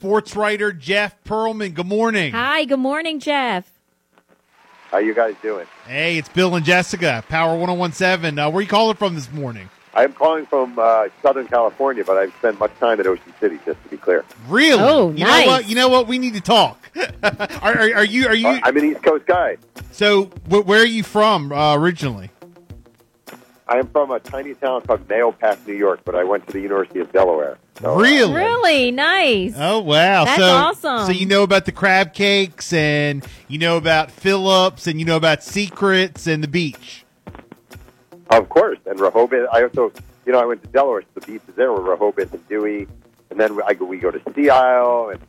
sports writer Jeff Perlman. Good morning. Hi, good morning, Jeff. How you guys doing? Hey, it's Bill and Jessica, Power 1017. Uh, where you calling from this morning? I'm calling from uh, Southern California, but I've spent much time at Ocean City, just to be clear. Really? Oh, you nice. know what? You know what? We need to talk. are, are, are you? Are you? Uh, I'm an East Coast guy. so, wh- where are you from uh, originally? I am from a tiny town called Mayo Pass, New York, but I went to the University of Delaware. So, uh, really? Really nice. Oh wow! That's so, awesome. So you know about the crab cakes, and you know about Phillips, and you know about secrets and the beach. Of course. And Rehoboth. I also, you know, I went to Delaware, so the beaches there were Rehoboth and Dewey, and then I, go- we go to Sea Isle, and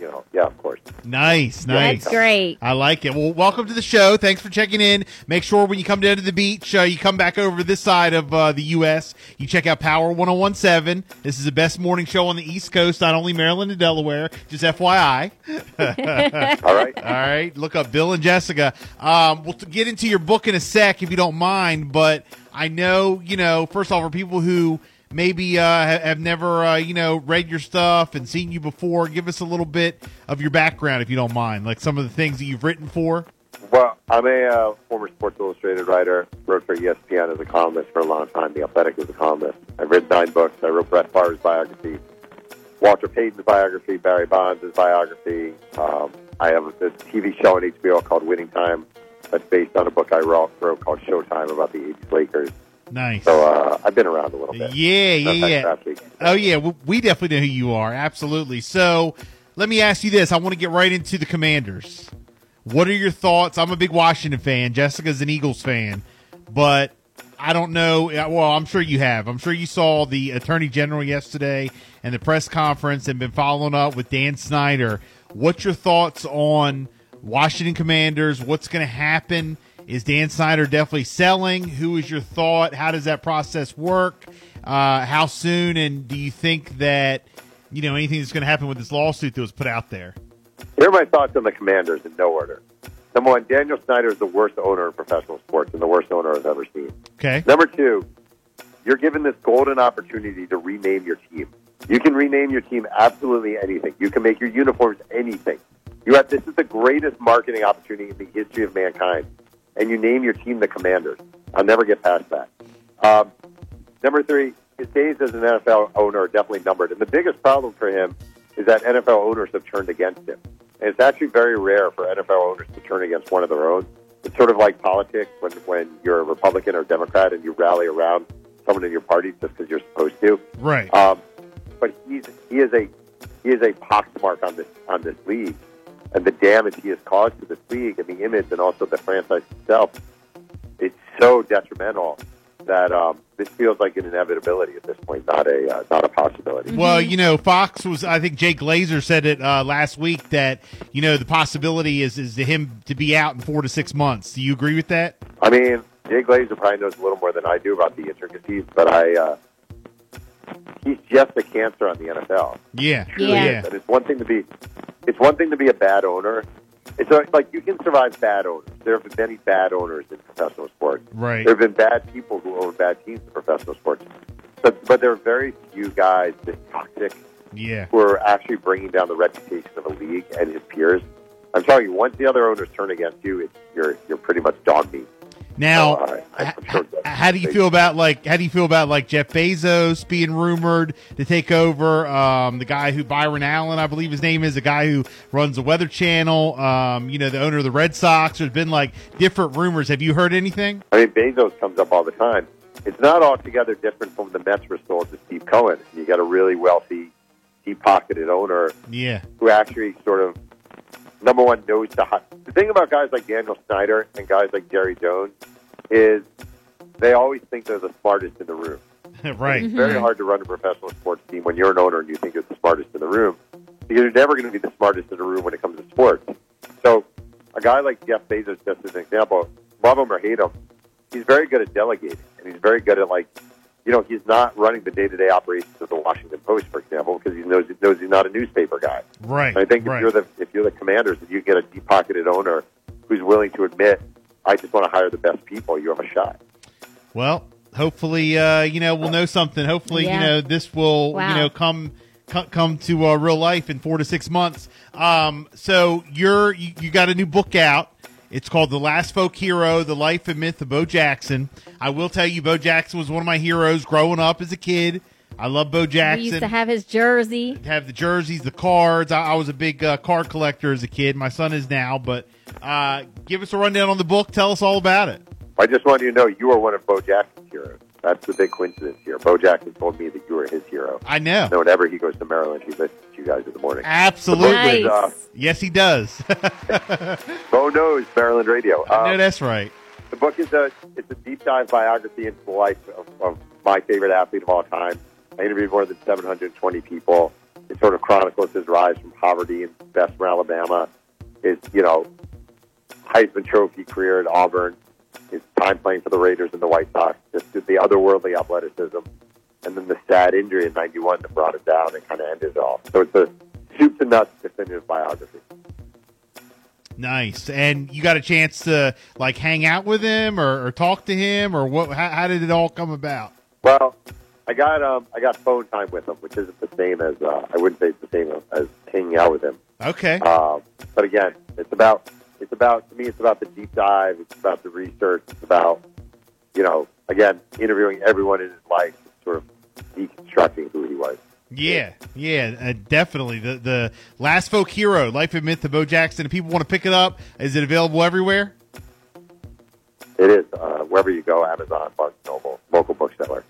you know, yeah, of course. Nice, nice. That's great. I like it. Well, welcome to the show. Thanks for checking in. Make sure when you come down to the beach, uh, you come back over this side of uh, the U.S. You check out Power 1017. This is the best morning show on the East Coast, not only Maryland and Delaware. Just FYI. All right. All right. Look up Bill and Jessica. Um, we'll t- get into your book in a sec if you don't mind, but I know, you know, first off, for people who maybe uh, ha- have never, uh, you know, read your stuff and seen you before, give us a little bit of your background if you don't mind, like some of the things that you've written for. Well, I'm a uh, former Sports Illustrated writer. Wrote for E ESPN as a columnist for a long time. The Athletic as a columnist. I've written nine books. I wrote Brett Favre's biography, Walter Payton's biography, Barry Bonds' biography. Um, I have a TV show on HBO called Winning Time that's based on a book I wrote, wrote called Showtime about the 80s Lakers. Nice. So uh, I've been around a little bit. Yeah, yeah, Sometime yeah. last week. Oh yeah, we, we definitely know who you are. Absolutely. So let me ask you this: I want to get right into the Commanders. What are your thoughts? I'm a big Washington fan. Jessica's an Eagles fan, but I don't know. yeah, Well, I'm sure you have. I'm sure you saw the Attorney General yesterday and the press conference, and been following up with Dan Snyder. What's your thoughts on Washington Commanders? What's going to happen? Is Dan Snyder definitely selling? Who is your thought? How does that process work? Uh, how soon? And do you think that you know anything that's going to happen with this lawsuit that was put out there? Here are my thoughts on the Commanders in no order. Number one, Daniel Snyder is the worst owner of professional sports and the worst owner I've ever seen. Okay. Number two, you're given this golden opportunity to rename your team. You can rename your team absolutely anything. You can make your uniforms anything. You have this is the greatest marketing opportunity in the history of mankind, and you name your team the Commanders. I'll never get past that. Um, number three, his days as an NFL owner are definitely numbered, and the biggest problem for him is that NFL owners have turned against him. And it's actually very rare for NFL owners to turn against one of their own. It's sort of like politics when, when you're a Republican or Democrat and you rally around someone in your party just because you're supposed to. Right. Um, but he's he is a he is a poxmark on this on this league, and the damage he has caused to this league and the image and also the franchise itself. It's so detrimental that um, this feels like an inevitability at this point, not a uh, not a possibility. Well, you know, Fox was. I think Jake Glazer said it uh, last week that you know the possibility is is to him to be out in four to six months. Do you agree with that? I mean, Jay Glazer probably knows a little more than I do about the intricacies, but I uh, he's just a cancer on the NFL. Yeah. Yeah. Yeah. But it's one thing to be, it's one thing to be a bad owner. It's like- like you can survive bad owners. There have been many bad owners in professional sports. Right. There have been bad people who own bad teams in professional sports. But but there are very few guys this toxic Yeah. who are actually bringing down the reputation of a league and his peers. I'm telling you, once the other owners turn against you, it's, you're you're pretty much dog meat. Now, Oh, all right. I'm h- sure h- that's- how do you feel about like how do you feel about like Jeff Bezos being rumored to take over? Um, the guy who Byron Allen, I believe his name is, the guy who runs the Weather Channel. Um, you know, the owner of the Red Sox. There's been like different rumors. Have you heard anything? I mean, Bezos comes up all the time. It's not altogether different from the Mets were sold to Steve Cohen. You got a really wealthy, deep-pocketed owner Yeah, who actually sort of number one knows the hot. The thing about guys like Daniel Snyder and guys like Jerry Jones is they always think they're the smartest in the room. right. It's very hard to run a professional sports team when you're an owner and you think you're the smartest in the room because you're never going to be the smartest in the room when it comes to sports. So, a guy like Jeff Bezos, just as an example, love him or hate him, he's very good at delegating and he's very good at like, you know, he's not running the day-to-day operations of the Washington Post, for example, because he knows he knows he's not a newspaper guy. Right. I think right. if you're the if you're the commanders, if you get a deep-pocketed owner who's willing to admit, I just want to hire the best people, you have a shot. Well, hopefully, uh, you know, we'll know something. Hopefully, Yeah. you know, this will, Wow. you know, come co- come to uh, real life in four to six months. Um, so you're you, you got a new book out. It's called The Last Folk Hero: The Life and Myth of Bo Jackson. I will tell you, Bo Jackson was one of my heroes growing up as a kid. I love Bo Jackson We used to have his jersey. have the jerseys, the cards. I, I was a big uh, card collector as a kid. My son is now, but uh, give us a rundown on the book. Tell us all about it. I just wanted you to know you are one of Bo Jackson's heroes. That's the big coincidence here. Bo Jackson told me that you were his hero. I know. So whenever he goes to Maryland, he listens to you guys in the morning. Absolutely. Nice. uh, Yes, he does. Bo knows Maryland radio. I know Um, that's right. The book is a it's a deep dive biography into the life of, of my favorite athlete of all time. I interviewed more than 720 people. It sort of chronicles his rise from poverty in Best from Alabama, his you know Heisman Trophy career at Auburn, his time playing for the Raiders and the White Sox, just the otherworldly athleticism, and then the sad injury in '91 that brought him down and kind of ended it all. So it's a soup to nuts definitive biography. Nice. And you got a chance to like hang out with him or, or talk to him or what? How, how did it all come about? Well, I got um, I got phone time with him, which isn't the same as uh, I wouldn't say it's the same as hanging out with him. Okay. Um, but again, it's about it's about to me. It's about the deep dive. It's about the research. It's about you know again interviewing everyone in his life, sort of deconstructing who he was. Yeah, yeah, uh, definitely. The the Last Folk Hero, Life and Myth of Bo Jackson. If people want to pick it up, is it available everywhere? It is uh, wherever you go, Amazon, Barnes Noble, local bookseller.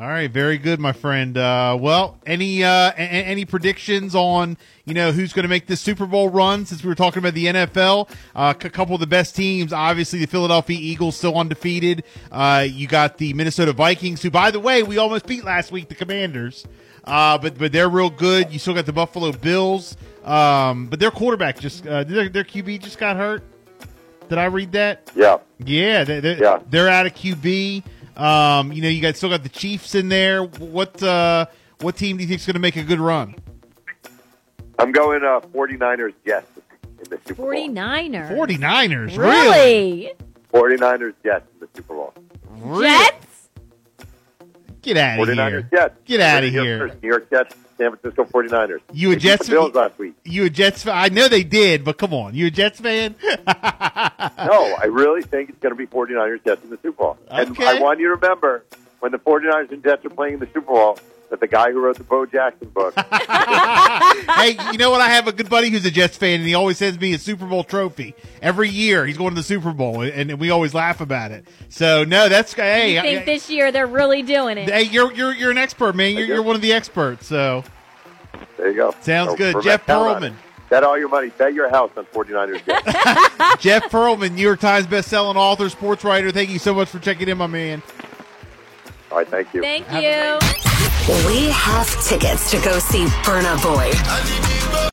All right, very good, my friend. Uh, well, any uh, a- a- any predictions on you know who's going to make this Super Bowl run? Since we were talking about the NFL, uh, a couple of the best teams, obviously the Philadelphia Eagles still undefeated. Uh, you got the Minnesota Vikings, who by the way we almost beat last week, the Commanders, uh, but but they're real good. You still got the Buffalo Bills, um, but their quarterback just uh, their, their QB just got hurt. Did I read that? Yeah, Yeah, they're, they're, Yeah. they're out of QB. Um, you know, you got still got the Chiefs in there. What uh, what team do you think's going to make a good run? I'm going uh, 49ers. Yes, in the Super Bowl. 49ers. 49ers. Really? Really? 49ers. Yes, in the Super Bowl. Really? Jets? Get out of 49ers here. Jets. Get outta New York here. first, New York Jets, San Francisco 49ers. You a They beat Jets the Bills fan? last week. You a Jets fan? I know they did, but come on. You a Jets fan? Uh, No, I really think it's going to be 49ers Jets in the Super Bowl. And Okay. I want you to remember when the 49ers and Jets are playing in the Super Bowl that the guy who wrote the Bo Jackson book, hey, you know what? I have a good buddy who's a Jets fan, and he always sends me a Super Bowl trophy every year. He's going to the Super Bowl, and and we always laugh about it. So no, that's hey. you I- think I- this year they're really doing it? Hey, you're you're you're an expert, man. You're, do. you're one of the experts. So there you go. Sounds So good. remember- Jeff count on Pearlman. it. Bet all your money. Bet your house on 49ers Jets. Jeff Pearlman, New York Times bestselling author, sports writer. Thank you so much for checking in, my man. all right, thank you. Thank Have a you. nice- We have tickets to go see Burna Boy